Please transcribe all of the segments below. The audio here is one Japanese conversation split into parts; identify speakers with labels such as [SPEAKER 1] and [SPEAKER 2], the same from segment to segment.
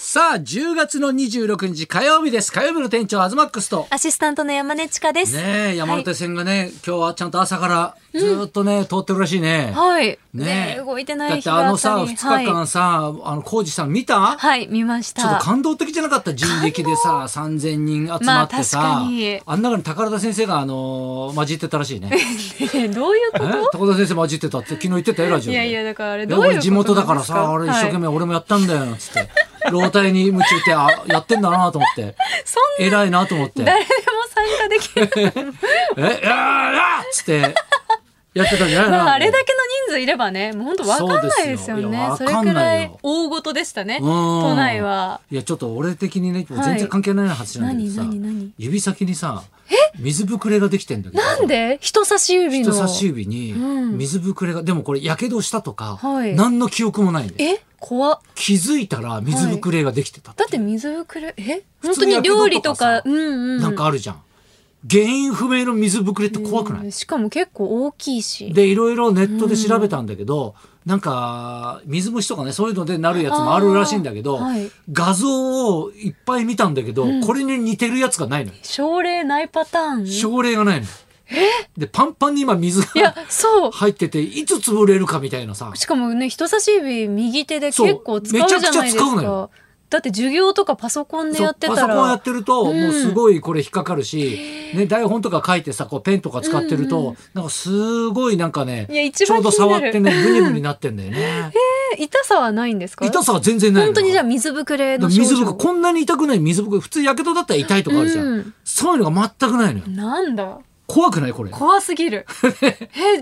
[SPEAKER 1] さあ10月の26日火曜日です火曜日の店長アズマックスと
[SPEAKER 2] アシスタントの山根千佳です。
[SPEAKER 1] ねえ山手線がね、今日はちゃんと朝からずっとね、通ってるらしいね、
[SPEAKER 2] はい。
[SPEAKER 1] ねえ
[SPEAKER 2] 動いてな
[SPEAKER 1] だ
[SPEAKER 2] い
[SPEAKER 1] っ
[SPEAKER 2] 日
[SPEAKER 1] て
[SPEAKER 2] が
[SPEAKER 1] あ
[SPEAKER 2] あ
[SPEAKER 1] の
[SPEAKER 2] った
[SPEAKER 1] さ
[SPEAKER 2] り
[SPEAKER 1] 2日間さ、あの浩二さん見た、
[SPEAKER 2] はい、はい、見まし
[SPEAKER 1] ちょっと
[SPEAKER 2] た。
[SPEAKER 1] 感動的じゃなかった人力でさ3000人集まってさ、
[SPEAKER 2] まあ確かに
[SPEAKER 1] あん中に宝田先生があのー混じってたらしいね
[SPEAKER 2] どういうこ
[SPEAKER 1] え高田先生混じってたって昨日言ってたよラジ
[SPEAKER 2] と？
[SPEAKER 1] オ
[SPEAKER 2] い
[SPEAKER 1] で
[SPEAKER 2] やいやだからあれ
[SPEAKER 1] いや
[SPEAKER 2] どうい
[SPEAKER 1] 俺
[SPEAKER 2] うことなんですか？
[SPEAKER 1] 地元だからさ、あれ一生懸
[SPEAKER 2] はい
[SPEAKER 1] 命俺もやったんだよ、つって。老体に夢中って、あ、やってんだなと思って。
[SPEAKER 2] そん
[SPEAKER 1] 偉いなと思って。
[SPEAKER 2] 誰でも参加できる。
[SPEAKER 1] え、やーやーっつって、やってたんじゃないな。
[SPEAKER 2] まああれだけの人数いればね、もう本当わかんないですよ
[SPEAKER 1] そうですよい
[SPEAKER 2] ね
[SPEAKER 1] や。
[SPEAKER 2] そ
[SPEAKER 1] わ
[SPEAKER 2] れ
[SPEAKER 1] かん
[SPEAKER 2] く
[SPEAKER 1] な
[SPEAKER 2] ら
[SPEAKER 1] いよ
[SPEAKER 2] い大事でしたね。
[SPEAKER 1] うん
[SPEAKER 2] 都内は。。
[SPEAKER 1] いや、ちょっと俺的にね、全然関係ない話なんだけどさ
[SPEAKER 2] 何何何、
[SPEAKER 1] 指先にさ、水ぶくれができてんだけど。
[SPEAKER 2] なんで人差し指の
[SPEAKER 1] 人差し指に水ぶくれが、でもこれ、やけどしたとか、
[SPEAKER 2] はい
[SPEAKER 1] 何の記憶もないんだよ
[SPEAKER 2] え怖っ
[SPEAKER 1] 気づいたら水ぶくれができてたって
[SPEAKER 2] だ
[SPEAKER 1] いう
[SPEAKER 2] って水をくれえ
[SPEAKER 1] 普
[SPEAKER 2] 本
[SPEAKER 1] 通
[SPEAKER 2] 当
[SPEAKER 1] にや
[SPEAKER 2] に
[SPEAKER 1] けど
[SPEAKER 2] 料
[SPEAKER 1] と
[SPEAKER 2] 理
[SPEAKER 1] か
[SPEAKER 2] と
[SPEAKER 1] さ
[SPEAKER 2] かうんうん
[SPEAKER 1] なんかあるじゃん。原因不明の水ぶくれって怖くない、
[SPEAKER 2] うんしかも結構大きいし
[SPEAKER 1] で、いろいろネットで調べたんだけど、なんか、水虫とかね、そういうのでなるやつもあるらしいんだけど、
[SPEAKER 2] あーはい
[SPEAKER 1] 画像をいっぱい見たんだけど、これに似てるやつがないのよ。
[SPEAKER 2] 症例ないパターン
[SPEAKER 1] 症例がないのよ。で、パンパンに今水
[SPEAKER 2] いや
[SPEAKER 1] が
[SPEAKER 2] そう
[SPEAKER 1] 入ってて、いつ潰れるかみたいなさ。
[SPEAKER 2] しかもね人差し指右手で
[SPEAKER 1] そう
[SPEAKER 2] 結構使うじゃな
[SPEAKER 1] めち
[SPEAKER 2] いです
[SPEAKER 1] ゃくちゃ使うのよ
[SPEAKER 2] かだって授業とかパソコンでやって
[SPEAKER 1] そう
[SPEAKER 2] た
[SPEAKER 1] パソコンや
[SPEAKER 2] ら
[SPEAKER 1] ってると、
[SPEAKER 2] うん
[SPEAKER 1] もうすごいこれ引っかかるし、ね、台本とか書いてさ、こうペンとか使ってると、なんかすごいなんかね
[SPEAKER 2] いや、一
[SPEAKER 1] ちょう
[SPEAKER 2] 番
[SPEAKER 1] ど
[SPEAKER 2] 気に
[SPEAKER 1] 触っ
[SPEAKER 2] なる
[SPEAKER 1] てね、ブニブニなってんだよね。
[SPEAKER 2] え痛さはないんですか
[SPEAKER 1] 痛さは全然ないのよ
[SPEAKER 2] 本当にじゃあ水ぶくれの症
[SPEAKER 1] 水ぶ
[SPEAKER 2] 状
[SPEAKER 1] くこんなに痛くない水ぶく普通やけどだったら痛いとかあるじゃん、
[SPEAKER 2] うん
[SPEAKER 1] そういうのが全くないのよ
[SPEAKER 2] なんだ
[SPEAKER 1] 怖くないこれ
[SPEAKER 2] 怖 すぎるえ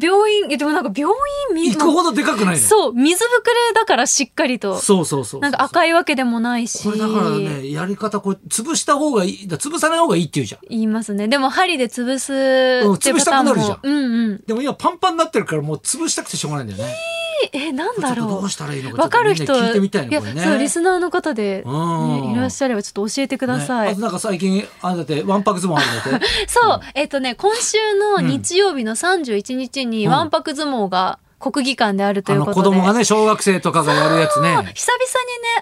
[SPEAKER 2] 病院えでもなんか病院み
[SPEAKER 1] 行くほどでかくないのよ
[SPEAKER 2] そう水ぶくれだからしっかりと
[SPEAKER 1] そうそうそう
[SPEAKER 2] なんか赤いわけでもないし
[SPEAKER 1] これだからねやり方これ潰した方がいいだ潰さない方がいいって言うじゃん
[SPEAKER 2] 言いますねでも針で潰す
[SPEAKER 1] うん
[SPEAKER 2] って
[SPEAKER 1] 潰
[SPEAKER 2] パ
[SPEAKER 1] し
[SPEAKER 2] タ
[SPEAKER 1] たく
[SPEAKER 2] ーン
[SPEAKER 1] な
[SPEAKER 2] も
[SPEAKER 1] るじゃん
[SPEAKER 2] うんうん
[SPEAKER 1] でも今パンパンになってるからもう潰したくてしょうがないんだよね
[SPEAKER 2] ええなん
[SPEAKER 1] ちょ
[SPEAKER 2] だ
[SPEAKER 1] っとど
[SPEAKER 2] ろ
[SPEAKER 1] うしたらいいの
[SPEAKER 2] う
[SPEAKER 1] かちょ
[SPEAKER 2] わ
[SPEAKER 1] っと
[SPEAKER 2] かる
[SPEAKER 1] みん
[SPEAKER 2] 人
[SPEAKER 1] な聞いてみたい
[SPEAKER 2] い
[SPEAKER 1] ね
[SPEAKER 2] や
[SPEAKER 1] これ
[SPEAKER 2] そうリ
[SPEAKER 1] ね
[SPEAKER 2] スナーの方で、
[SPEAKER 1] うん
[SPEAKER 2] ね、いらっしゃればちょっと教えてくださ
[SPEAKER 1] ね
[SPEAKER 2] い、
[SPEAKER 1] あとなんか最近あなたってわんぱく相撲あ るんだって
[SPEAKER 2] そう、えっ、とね今週の日曜日の31日に
[SPEAKER 1] うん
[SPEAKER 2] わんぱく相撲が国技館であると
[SPEAKER 1] あ
[SPEAKER 2] いう
[SPEAKER 1] の
[SPEAKER 2] こ
[SPEAKER 1] 子
[SPEAKER 2] とで、
[SPEAKER 1] 供がね小学生とかがやるやつ ね
[SPEAKER 2] 久々にね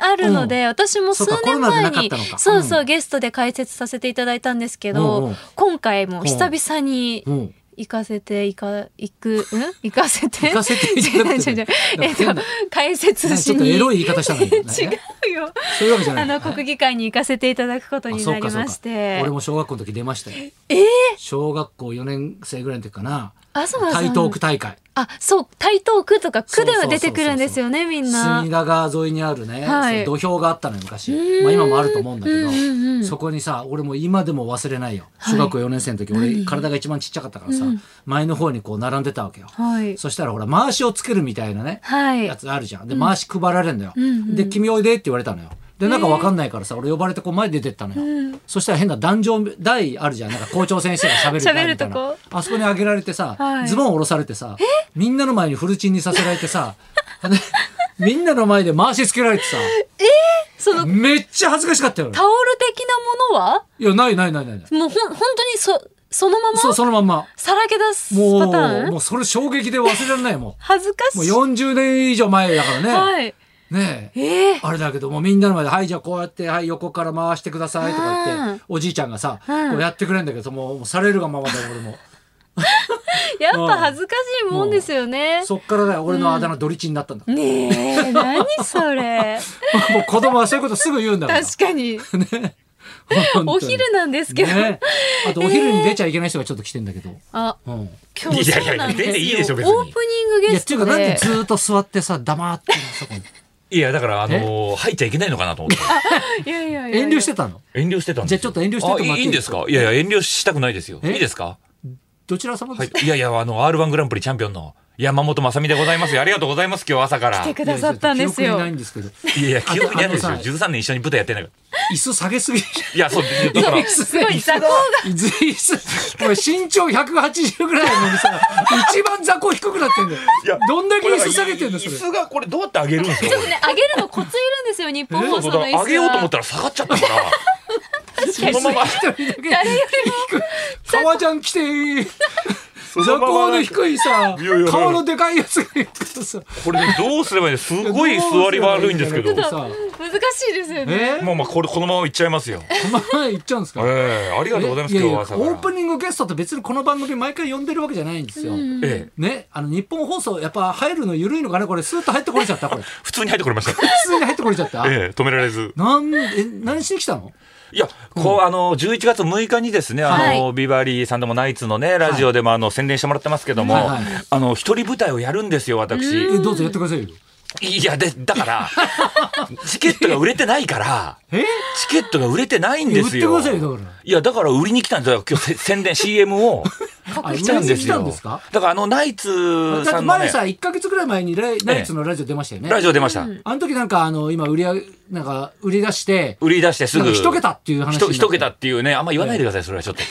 [SPEAKER 2] あるので、私も数
[SPEAKER 1] そうかコロ
[SPEAKER 2] 年前
[SPEAKER 1] ナでな
[SPEAKER 2] に
[SPEAKER 1] かったのか
[SPEAKER 2] そうそう、
[SPEAKER 1] うん
[SPEAKER 2] ゲストで解説させていただいたんですけど、
[SPEAKER 1] うんうん
[SPEAKER 2] 今回も久々に
[SPEAKER 1] うん
[SPEAKER 2] 行かせて行か行くん行かせて
[SPEAKER 1] 行かせていただくって
[SPEAKER 2] 違う違う違う
[SPEAKER 1] なんか
[SPEAKER 2] えっと
[SPEAKER 1] 変な
[SPEAKER 2] 解説
[SPEAKER 1] ち
[SPEAKER 2] し
[SPEAKER 1] ょっ
[SPEAKER 2] に
[SPEAKER 1] とエロい言い方したんだけどね
[SPEAKER 2] 違うよ
[SPEAKER 1] そういうわけじゃない
[SPEAKER 2] あの国技館に行かせていただくこと
[SPEAKER 1] あ
[SPEAKER 2] に
[SPEAKER 1] そう
[SPEAKER 2] な
[SPEAKER 1] か
[SPEAKER 2] りまし
[SPEAKER 1] そうか
[SPEAKER 2] て
[SPEAKER 1] 俺も小学校の時出ましたよ
[SPEAKER 2] ええ
[SPEAKER 1] 小学校4年生ぐらいの時かな
[SPEAKER 2] 東さん
[SPEAKER 1] 台東区大会
[SPEAKER 2] あそう台東区とか区では出てくるんですよねみんな
[SPEAKER 1] 隅田川沿いにあるね、
[SPEAKER 2] はい
[SPEAKER 1] 土俵があったのよ昔
[SPEAKER 2] ーん
[SPEAKER 1] まあ今もあると思うんだけど、
[SPEAKER 2] うんうんうん
[SPEAKER 1] そこにさ俺も今でも忘れないよ
[SPEAKER 2] はい
[SPEAKER 1] 小学校4年生の時、俺体が一番ちっちゃかったからさ、
[SPEAKER 2] うん
[SPEAKER 1] 前の方にこう並んでたわけよ、
[SPEAKER 2] はい
[SPEAKER 1] そしたらほら回しをつけるみたいなね、
[SPEAKER 2] はい
[SPEAKER 1] やつあるじゃんで回し配られんのよ、
[SPEAKER 2] うんうん
[SPEAKER 1] で「君おいで」って言われたのよでなんかわかんないからさ俺呼ばれてこう前出てったのよ、
[SPEAKER 2] うん
[SPEAKER 1] そしたら変な壇上台あるじゃんなんか校長先生が 喋る台みたい
[SPEAKER 2] 喋る
[SPEAKER 1] な
[SPEAKER 2] と
[SPEAKER 1] あそこに上げられてさ、
[SPEAKER 2] はい
[SPEAKER 1] ズボン下ろされてさみんなの前にフルチンにさせられてさ でみんなの前で回しつけられてさ
[SPEAKER 2] その
[SPEAKER 1] めっちゃ恥ずかしかったよ俺
[SPEAKER 2] タオル的なものはい
[SPEAKER 1] やないないないないない
[SPEAKER 2] もうほん本当にそそのまま
[SPEAKER 1] そうそのまんま
[SPEAKER 2] さらけ出す
[SPEAKER 1] も
[SPEAKER 2] パタ
[SPEAKER 1] う
[SPEAKER 2] ー
[SPEAKER 1] も
[SPEAKER 2] ン
[SPEAKER 1] うそれ衝撃で忘れられないも
[SPEAKER 2] 恥ずか
[SPEAKER 1] んもう
[SPEAKER 2] しい
[SPEAKER 1] 40年以上前だからね、
[SPEAKER 2] はい
[SPEAKER 1] ねえ
[SPEAKER 2] ええ
[SPEAKER 1] あれだけどもうみんなの前で「はいじゃあこうやってはい横から回してください」とか言っておじいちゃんがさ、
[SPEAKER 2] うん
[SPEAKER 1] こうやってくれんだけどもうもうされるがままだよ俺 も。
[SPEAKER 2] やっぱ恥ずかしいもんですよね。
[SPEAKER 1] そっからだよ俺のあだ名ドリチンになったんだ、
[SPEAKER 2] ねえ、何 それ。
[SPEAKER 1] もう子供はそういうことすぐ言うんだから
[SPEAKER 2] 確かに。
[SPEAKER 1] 本当に
[SPEAKER 2] お昼なんですけど。
[SPEAKER 1] ねあとお昼に出ちゃいけない人がちょっと来てんだけど、
[SPEAKER 2] あ、
[SPEAKER 1] うん、い
[SPEAKER 2] 今日そうなんですよ。
[SPEAKER 3] いやいやいや出ていいでしょ別に
[SPEAKER 2] オープニングゲ
[SPEAKER 1] やっ
[SPEAKER 2] ス
[SPEAKER 1] ていうか
[SPEAKER 2] ト
[SPEAKER 1] なんで
[SPEAKER 2] で。
[SPEAKER 1] ずーっと座ってさ黙ってるのそこ に
[SPEAKER 3] いや、だから、あのー入っちゃいけないのかなと 思って。
[SPEAKER 2] いやいやいや
[SPEAKER 1] 遠慮して
[SPEAKER 2] た。
[SPEAKER 1] たの
[SPEAKER 3] 遠慮してたん
[SPEAKER 1] じゃ
[SPEAKER 3] ですよ
[SPEAKER 1] あちょっと遠慮しててもらっていい
[SPEAKER 3] あいいんですかいやいや、遠慮したくないですよ。
[SPEAKER 1] え
[SPEAKER 3] いいですか
[SPEAKER 1] どちら様で
[SPEAKER 3] は
[SPEAKER 1] す
[SPEAKER 3] い
[SPEAKER 1] か、。
[SPEAKER 3] いやいや、あの、R1 グランプリチャンピオンの山本雅美でございますよ。ありがとうございます、今日朝から。
[SPEAKER 2] 来て
[SPEAKER 3] い
[SPEAKER 2] くださったんです
[SPEAKER 1] いや
[SPEAKER 2] よ
[SPEAKER 1] 記憶にない。んですけど
[SPEAKER 3] やいや、記憶にあるんですよ。
[SPEAKER 1] あのさ
[SPEAKER 3] 13年一緒に舞台やってないか
[SPEAKER 1] 椅子下げすぎ
[SPEAKER 3] ら。い や、そう、だから、
[SPEAKER 1] す
[SPEAKER 2] すごい座高が
[SPEAKER 1] 椅子これ身長180ぐらいなのにさ一番座高低くなってんだよ
[SPEAKER 3] いや
[SPEAKER 1] どんだけ椅子下げてんのそ
[SPEAKER 3] 椅
[SPEAKER 1] れ
[SPEAKER 3] 子がこれどうやって上げるん ですか
[SPEAKER 2] ちょっとね、上げるのコツいるんですよ、日本
[SPEAKER 3] そう
[SPEAKER 2] 放
[SPEAKER 3] そ
[SPEAKER 2] 送の
[SPEAKER 3] うだ
[SPEAKER 2] 椅子
[SPEAKER 3] 上げようと思ったたら下がっちゃったから。そのまま、
[SPEAKER 1] 一人だけ革ジャン着て
[SPEAKER 3] そ
[SPEAKER 1] 座
[SPEAKER 3] のま
[SPEAKER 1] 高
[SPEAKER 3] ま
[SPEAKER 1] の低いさ
[SPEAKER 3] いやいや
[SPEAKER 1] 顔のでかいやつがいるからさ
[SPEAKER 3] これねどうすればいいのすごい座り悪いんですけど。
[SPEAKER 1] さ
[SPEAKER 2] 難難しいですよね。
[SPEAKER 1] えー、
[SPEAKER 3] もうまあこれこのままいっちゃいますよ。え
[SPEAKER 1] この前言っちゃうんですか
[SPEAKER 3] えありがとうございます
[SPEAKER 1] え
[SPEAKER 3] 今日
[SPEAKER 1] や
[SPEAKER 3] は
[SPEAKER 1] や
[SPEAKER 3] 朝から。
[SPEAKER 1] オープニングゲストって別にこの番組毎回呼んでるわけじゃないんですよ。
[SPEAKER 2] うん
[SPEAKER 3] ええ
[SPEAKER 1] ね、あの日本放送やっぱ入るの緩いのかなこれスーッと入ってこれちゃ ったこれ普
[SPEAKER 3] 普通に入ってこれました。
[SPEAKER 1] 通に入ってこれちゃった、
[SPEAKER 3] ええ止められず。
[SPEAKER 1] なんえ何しに来たの
[SPEAKER 3] いや、こう、あの、11月6日にですね、あ
[SPEAKER 2] は
[SPEAKER 3] の、ビバリーさんでもナイツのね、ラジオでも、あの、宣伝してもらってますけど
[SPEAKER 1] はい
[SPEAKER 3] も
[SPEAKER 1] はい、
[SPEAKER 3] あの、一人舞台をやるんですよ、私。
[SPEAKER 1] えどうぞやってくださいよ
[SPEAKER 3] いや、で、だ から、チケットが売れてないから、
[SPEAKER 1] え
[SPEAKER 3] チケットが売れてないんですよ。
[SPEAKER 1] 売ってくださいよだから
[SPEAKER 3] いや、だから売りに来たんですよ。今日せ宣伝、CM を。
[SPEAKER 1] あ
[SPEAKER 3] 来たん
[SPEAKER 1] 売り
[SPEAKER 3] ですよ。
[SPEAKER 1] に来たんですか
[SPEAKER 3] だからあの、ナイ
[SPEAKER 1] だ
[SPEAKER 3] ツ
[SPEAKER 1] っ
[SPEAKER 3] さ
[SPEAKER 1] て
[SPEAKER 3] んの
[SPEAKER 1] 前
[SPEAKER 3] ね
[SPEAKER 1] さ、1か月ぐらい前にライナイツのラジオ出ましたよね、
[SPEAKER 3] ラジオ出ました。
[SPEAKER 1] あの時なんかあの今売り上げなんか売り出して
[SPEAKER 3] 売り出してす
[SPEAKER 1] なん
[SPEAKER 3] ぐ。
[SPEAKER 1] か一桁っていう話にな
[SPEAKER 3] 一
[SPEAKER 1] って
[SPEAKER 3] 一桁っていうね、あんま言わないでください、それはちょっと。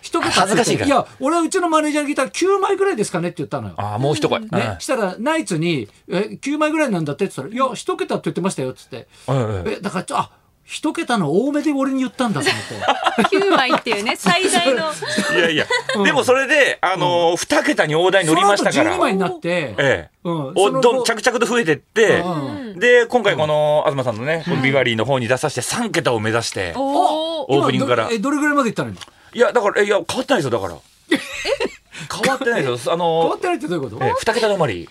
[SPEAKER 1] 一桁
[SPEAKER 3] 恥ずかしいから
[SPEAKER 1] いや俺はうちのマネージャーに聞いたら9枚ぐらいですかねって言ったのよ
[SPEAKER 3] ああ、もう一声。うん
[SPEAKER 1] ね、したらナイツに「え9枚ぐらいなんだって」って言ったら「いや一桁って言ってましたよ」っつって
[SPEAKER 3] うんうん
[SPEAKER 1] えだからちょあ一桁の多めで俺に言ったんだと思って
[SPEAKER 2] 9枚っていうね、最大の。
[SPEAKER 3] いやいや、でもそれで、あのー、二桁に大台乗りました
[SPEAKER 1] そ
[SPEAKER 3] か
[SPEAKER 1] の後12枚
[SPEAKER 3] ら。
[SPEAKER 1] になって、
[SPEAKER 3] ええ。
[SPEAKER 1] うん
[SPEAKER 3] お
[SPEAKER 1] その後
[SPEAKER 3] どん着々と増えてって
[SPEAKER 1] う、
[SPEAKER 3] で、今回この、東さんのね、このビバリーの方に出させて3桁を目指して。
[SPEAKER 2] おお。
[SPEAKER 3] オープニングから
[SPEAKER 1] 今どえどれぐらいまでいったの今
[SPEAKER 3] いや、だから、えいや、変わってないですよ、だから。変わってないですよ。あ
[SPEAKER 1] 変わ
[SPEAKER 3] の
[SPEAKER 1] ってないってどういうこと、
[SPEAKER 3] ー、ええ二桁止まり。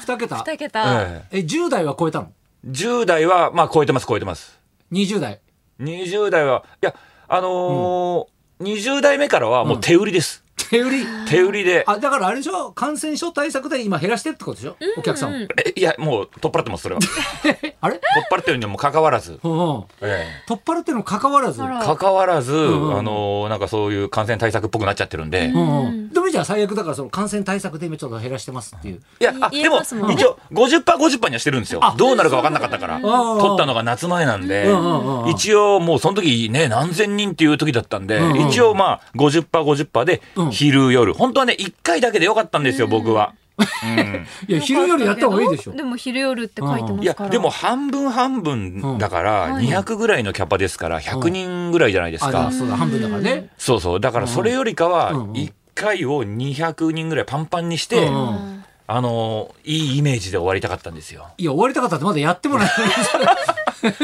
[SPEAKER 1] 二桁
[SPEAKER 2] 2桁。
[SPEAKER 3] ええ。
[SPEAKER 1] え10代は超えたの
[SPEAKER 3] 10代は、まあ、超えてます、超えてます。
[SPEAKER 1] 20代
[SPEAKER 3] 20代は、いや、あのー、20代目からはもう手売りです。
[SPEAKER 1] 手売り
[SPEAKER 3] 手売りで。
[SPEAKER 1] あだからあれでしょ感染症対策で今減らしてってことでしょ、お客さんを
[SPEAKER 3] えいや、もう、取っ払ってます、それ は。取っ
[SPEAKER 1] えあれ、
[SPEAKER 3] 払ってるにもかかわらず。
[SPEAKER 1] うんうん、
[SPEAKER 3] ええ。
[SPEAKER 1] 取っ払ってるのかかわらず、
[SPEAKER 2] あら
[SPEAKER 3] かかわらず、
[SPEAKER 1] ん
[SPEAKER 3] あのなんかそういう感染対策っぽくなっちゃってるんで、
[SPEAKER 1] う
[SPEAKER 3] い
[SPEAKER 1] んうん、でもいいじゃん最悪だからその感染対策で今ちょっと減らしてますっていう
[SPEAKER 3] やあ
[SPEAKER 2] 言
[SPEAKER 3] で
[SPEAKER 2] え
[SPEAKER 3] も
[SPEAKER 2] ますもんね
[SPEAKER 3] 一応 50%50% にはしてるんですよ
[SPEAKER 1] あ
[SPEAKER 3] どうなるか分かんなかったから
[SPEAKER 1] そうなんだ
[SPEAKER 3] 取ったのが夏前なんで、
[SPEAKER 1] うんうんうんうん
[SPEAKER 3] 一応もうその時ね何千人っていう時だったんで、
[SPEAKER 1] うんうん
[SPEAKER 3] 一応まあ 50%50% で
[SPEAKER 1] うん
[SPEAKER 3] 昼夜本当はね1回だけでよかったんですよ、僕は。 うん
[SPEAKER 1] いや昼よりやった方がいいでしょ
[SPEAKER 2] でも昼夜って書いてますから。
[SPEAKER 3] いやでも半分半分だから
[SPEAKER 2] うん
[SPEAKER 3] 200ぐらいのキャパですから100人ぐらいじゃないです
[SPEAKER 1] あ
[SPEAKER 3] か、
[SPEAKER 1] だそうだ半分だからね
[SPEAKER 3] そうそうだからそれよりかは
[SPEAKER 1] うんうん
[SPEAKER 3] 1回を200人ぐらいパンパンにして、
[SPEAKER 1] うんうん
[SPEAKER 2] うん。
[SPEAKER 3] あのいいイメージで終わりたかったんですよ。
[SPEAKER 1] いや終わりたかったってまだやって もらえない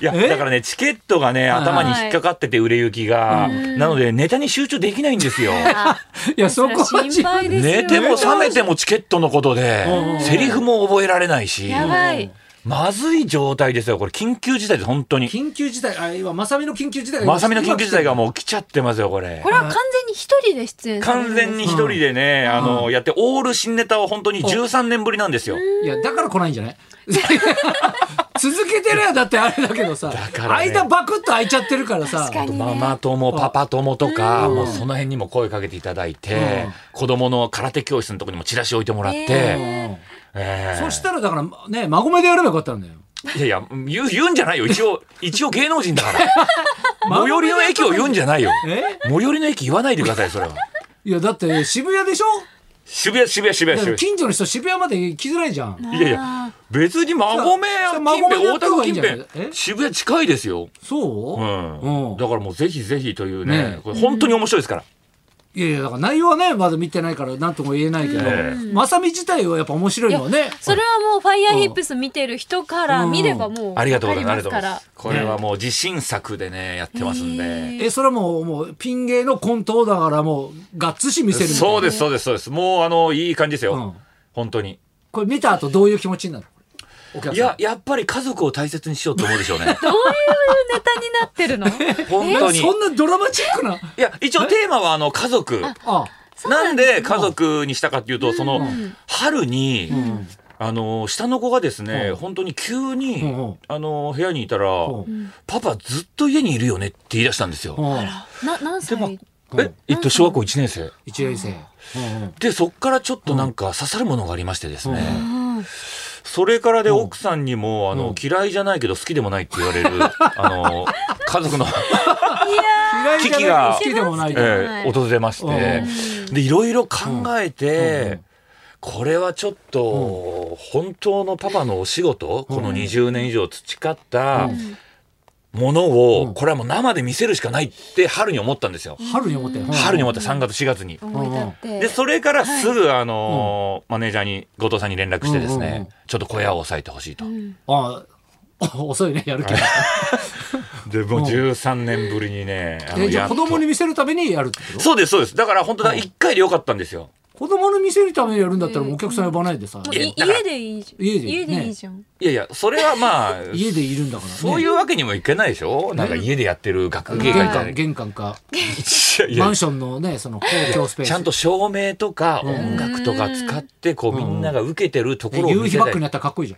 [SPEAKER 3] いや
[SPEAKER 1] え
[SPEAKER 3] だからねチケットがね
[SPEAKER 1] はい
[SPEAKER 3] 頭に引っかかってて売れ行きが、
[SPEAKER 2] うん
[SPEAKER 3] なのでネタに集中できないんで すよ。
[SPEAKER 2] あ
[SPEAKER 1] いや、そこは
[SPEAKER 2] 心配ですよ。
[SPEAKER 3] 寝ても覚めてもチケットのことで
[SPEAKER 1] うん
[SPEAKER 3] セリフも覚えられないし
[SPEAKER 2] やばい。
[SPEAKER 3] まずい状態ですよこれ緊急事態です本当に。
[SPEAKER 1] 緊急事態、あ、今、まさみの緊急事態が。
[SPEAKER 3] まさみの緊急事態が
[SPEAKER 1] も
[SPEAKER 3] もう来ちゃってますよこれ
[SPEAKER 2] こ。れは完全に一人で出演されるん
[SPEAKER 3] 完
[SPEAKER 2] ですか
[SPEAKER 3] 全に一人でね、あのやってオール新ネタを本当に13年ぶりなんですよ。
[SPEAKER 1] う。いや、だから来ないんじゃない続けてるやだってあれだけどさ、
[SPEAKER 3] からね
[SPEAKER 1] 間バクッと空いちゃってるからさ
[SPEAKER 2] 確かにね
[SPEAKER 3] ママ友パパ友とか、
[SPEAKER 1] うん
[SPEAKER 3] もうその辺にも声かけていただいて、
[SPEAKER 1] うん
[SPEAKER 3] 子供の空手教室のとこにもチラシ置いてもらって、
[SPEAKER 2] ね
[SPEAKER 3] ええ
[SPEAKER 1] そしたらだからね孫目でやればよかったんだよ
[SPEAKER 3] いやいや言う言うんじゃないよ一応 一応芸能人だから 最寄りの駅を言うんじゃないよ
[SPEAKER 1] え
[SPEAKER 3] 最寄りの駅言わないでくださいそれはい
[SPEAKER 1] やだって渋谷でしょ
[SPEAKER 3] 渋谷渋谷渋
[SPEAKER 1] だ
[SPEAKER 3] 谷
[SPEAKER 1] から
[SPEAKER 3] 渋
[SPEAKER 1] 近所の人渋谷まで行きづらいじゃん
[SPEAKER 3] 谷いやいや別に孫目
[SPEAKER 1] そ
[SPEAKER 3] や
[SPEAKER 1] れ
[SPEAKER 3] 近
[SPEAKER 1] 孫目
[SPEAKER 3] 辺
[SPEAKER 1] やっ
[SPEAKER 3] 大
[SPEAKER 1] た
[SPEAKER 3] 田
[SPEAKER 1] 方
[SPEAKER 3] 区
[SPEAKER 1] がいいん
[SPEAKER 3] 近
[SPEAKER 1] じゃない
[SPEAKER 3] 辺
[SPEAKER 1] え
[SPEAKER 3] 渋谷近いですよ、
[SPEAKER 1] そう、
[SPEAKER 3] うん
[SPEAKER 1] うん
[SPEAKER 3] だからもうぜひぜひというね
[SPEAKER 1] ね
[SPEAKER 3] これ本当に面白いですから、
[SPEAKER 1] いやいやだから内容はねまだ見てないから何とも言えないけど、
[SPEAKER 3] え
[SPEAKER 1] まさみ自体はやっぱ面白いのはね
[SPEAKER 2] それはもうファイヤーヒップス見てる人から見ればもう
[SPEAKER 3] ありがとうございます
[SPEAKER 2] わ
[SPEAKER 3] ありがとう
[SPEAKER 2] か
[SPEAKER 3] ご
[SPEAKER 2] り
[SPEAKER 3] ざい
[SPEAKER 2] ま
[SPEAKER 3] ますすこれはもう自信作でねやってますんで、
[SPEAKER 2] へえ
[SPEAKER 1] えそれはもうもうピン芸のコントをだからもうがっつし見せるみたいな
[SPEAKER 3] そうですそうですそうですもうあのいい感じですよ、
[SPEAKER 1] うん
[SPEAKER 3] 本当に
[SPEAKER 1] これ見た後どういう気持ちになるお客さん
[SPEAKER 3] いややっぱり家族を大切にしようと思うでしょうね
[SPEAKER 2] どういうネタになってるの
[SPEAKER 3] 本
[SPEAKER 1] え
[SPEAKER 3] 当に
[SPEAKER 1] そんなドラマチックない
[SPEAKER 3] や一応テーマはあの家族
[SPEAKER 1] あ
[SPEAKER 3] なんで家族にしたかっていうとその
[SPEAKER 2] ん
[SPEAKER 3] 春に、
[SPEAKER 1] うん
[SPEAKER 3] あの下の子がですね、
[SPEAKER 1] うん
[SPEAKER 3] 本当に急に、
[SPEAKER 1] うんうん
[SPEAKER 3] あの部屋にいたら、
[SPEAKER 1] ん
[SPEAKER 3] パパずっと家にいるよねって言い出したんですよ、
[SPEAKER 1] うん
[SPEAKER 2] な何歳
[SPEAKER 3] でも
[SPEAKER 1] うん
[SPEAKER 3] ええっと小学校1年生
[SPEAKER 1] 一年生うんうん
[SPEAKER 3] でそっからちょっとなんか刺さるものがありましてですね、
[SPEAKER 1] うん
[SPEAKER 2] うん
[SPEAKER 3] それからで
[SPEAKER 1] うん
[SPEAKER 3] 奥さんにも、あ
[SPEAKER 1] う
[SPEAKER 3] の
[SPEAKER 1] ん、
[SPEAKER 3] 嫌いじゃないけど好きでもないって言わ れる、あの、家族の、
[SPEAKER 1] 嫌いじゃない
[SPEAKER 3] 危機が
[SPEAKER 1] 好きでもないけど
[SPEAKER 3] えー訪れまして、で、いろいろ考
[SPEAKER 1] う
[SPEAKER 3] え
[SPEAKER 1] んう
[SPEAKER 3] て
[SPEAKER 1] ん、
[SPEAKER 3] これはちょっと、本当のパパのお仕事、この20年以上培ったもの
[SPEAKER 1] う
[SPEAKER 3] を
[SPEAKER 1] ん、
[SPEAKER 3] これはもう生で見せるしかないって春に思ったんですよ。
[SPEAKER 1] 春に思って
[SPEAKER 3] 春に
[SPEAKER 1] 思
[SPEAKER 3] 思った3月4月に。
[SPEAKER 2] 思い立って
[SPEAKER 3] で、それからすぐ、あのー、マネージャーに、後藤さんに連絡してです
[SPEAKER 1] うんうんうん
[SPEAKER 3] ね、ちょっと小屋を抑えてほしいと。
[SPEAKER 2] うん
[SPEAKER 1] あ お遅いねやる気が
[SPEAKER 3] でもう13年ぶりにね、あの
[SPEAKER 1] えじゃ
[SPEAKER 3] や
[SPEAKER 1] あ
[SPEAKER 3] っ
[SPEAKER 1] 子
[SPEAKER 3] と
[SPEAKER 1] 供に見せるためにやるってこと
[SPEAKER 3] そうですそうですだから本当だ1回でよかったんですよ
[SPEAKER 1] 子供に見せるためにやるんだったらもうお客さん呼ばないでさ、
[SPEAKER 2] もう
[SPEAKER 3] いや
[SPEAKER 2] い
[SPEAKER 3] だから
[SPEAKER 2] 家でいいじゃん
[SPEAKER 1] 家でいい
[SPEAKER 2] 家
[SPEAKER 1] ね
[SPEAKER 2] でいいじゃん
[SPEAKER 3] いやいやそれはまあ
[SPEAKER 1] 家でいるんだからね
[SPEAKER 3] そういうわけにもいけないでしょ、なんか家でやってる学芸会
[SPEAKER 1] 玄
[SPEAKER 3] みたいな
[SPEAKER 1] 関玄関か
[SPEAKER 3] いやいや
[SPEAKER 1] マンションのねその公共スペース
[SPEAKER 3] ちゃんと照明とか
[SPEAKER 1] ん
[SPEAKER 3] 音楽とか使ってこうみんなが受けてるところを
[SPEAKER 1] ね夕
[SPEAKER 3] 見
[SPEAKER 1] 日
[SPEAKER 3] せ
[SPEAKER 1] バ
[SPEAKER 3] た
[SPEAKER 1] ッ
[SPEAKER 3] い
[SPEAKER 1] クになったらかっこいいじゃ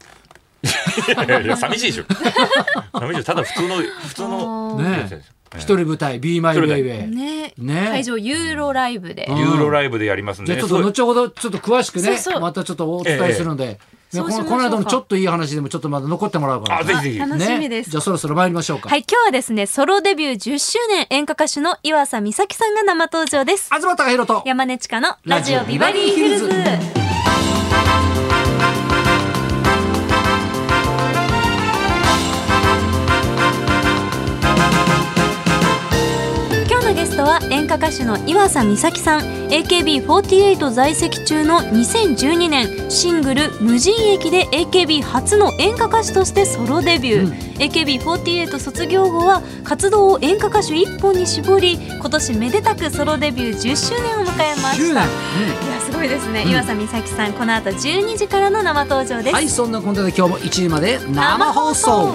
[SPEAKER 3] いやいやいや寂しい でしょ寂しいでしょただ普通の普通の
[SPEAKER 1] んねえ一人舞台「b e m y w a y w a
[SPEAKER 2] あー
[SPEAKER 1] y
[SPEAKER 2] ね
[SPEAKER 1] ね
[SPEAKER 2] 会場ユーロライブで
[SPEAKER 1] うん
[SPEAKER 3] ユーロライブでやりますん
[SPEAKER 1] じゃ
[SPEAKER 3] で
[SPEAKER 1] あ
[SPEAKER 3] ね
[SPEAKER 1] ちょっと
[SPEAKER 3] そう
[SPEAKER 1] 後ほどちょっと詳しくね
[SPEAKER 2] そうそう
[SPEAKER 1] またちょっとお伝えするので、ね
[SPEAKER 2] そう
[SPEAKER 1] こ
[SPEAKER 2] し
[SPEAKER 1] の
[SPEAKER 2] ましょう
[SPEAKER 1] この間のちょっといい話でもちょっとまだ残ってもらうから
[SPEAKER 3] あぜひぜひ
[SPEAKER 2] あ楽しみです
[SPEAKER 1] じゃあそろそろ参りましょうか、
[SPEAKER 2] はい、今日はですね、ソロデビュー10周年演歌歌手の岩佐美咲さんが生登場です。
[SPEAKER 1] 東貴博と
[SPEAKER 2] 山根千佳のラジオビバリーヒルズ。今日のゲストは演歌歌手の岩佐美咲さん AKB48 在籍中の2012年シングル「無人駅」で AKB 初の演歌歌手としてソロデビュー、
[SPEAKER 1] うん
[SPEAKER 2] AKB48 卒業後は活動を演歌歌手一本に絞り今年めでたくソロデビュー10周年を迎えま
[SPEAKER 1] 9年、
[SPEAKER 2] したいやすごいですね、岩佐美咲さんこの後12時からの生登場で
[SPEAKER 1] うん
[SPEAKER 2] す、
[SPEAKER 1] はいそんなこんなで今日も1時まで生放送
[SPEAKER 3] 放送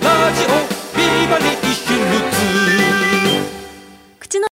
[SPEAKER 3] ラジオビバリーヒルズ